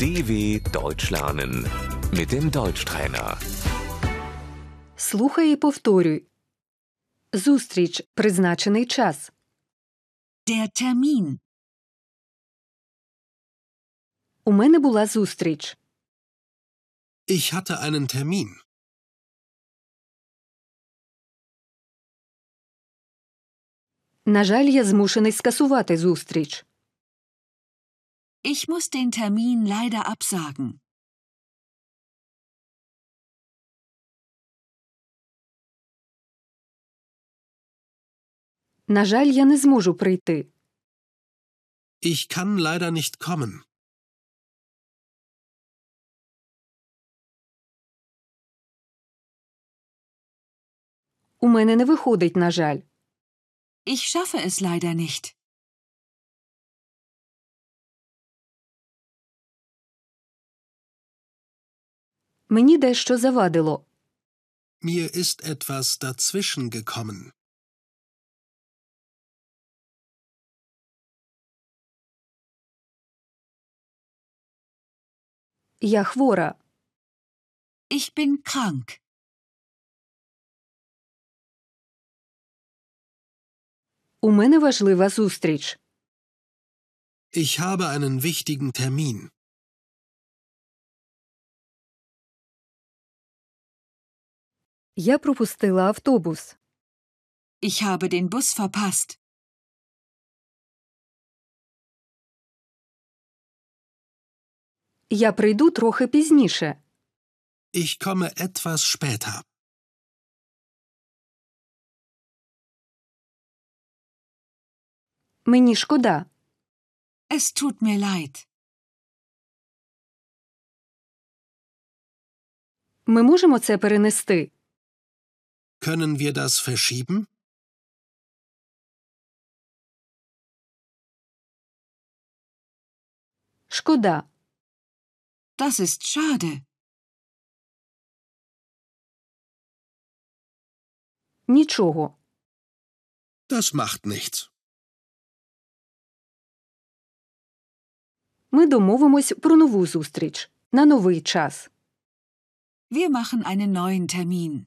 DW Deutsch lernen mit dem Deutschtrainer. Слухай і повторюй. Зустріч призначений час. Der Termin. У мене була зустріч. Ich hatte einen Termin. На жаль, я змушений скасувати зустріч. Ich muss den Termin leider absagen. На жаль, я не зможу прийти. Ich kann leider nicht kommen. У мене не виходить, на жаль. Ich schaffe es leider nicht. Мені дещо завадило. Mir ist etwas dazwischen gekommen. Я хвора. Ich bin krank. У мене важлива зустріч. Ich habe einen wichtigen Termin. Я пропустила автобус. Ich habe den Bus verpasst. Я прийду трохи пізніше. Ich komme etwas später. Мені шкода. Es tut mir leid. Ми можемо це перенести. Können wir das verschieben? Шкода. Das ist schade. Нічого. Das macht nichts. Ми домовимось про нову зустріч на новий час. Wir machen einen neuen Termin.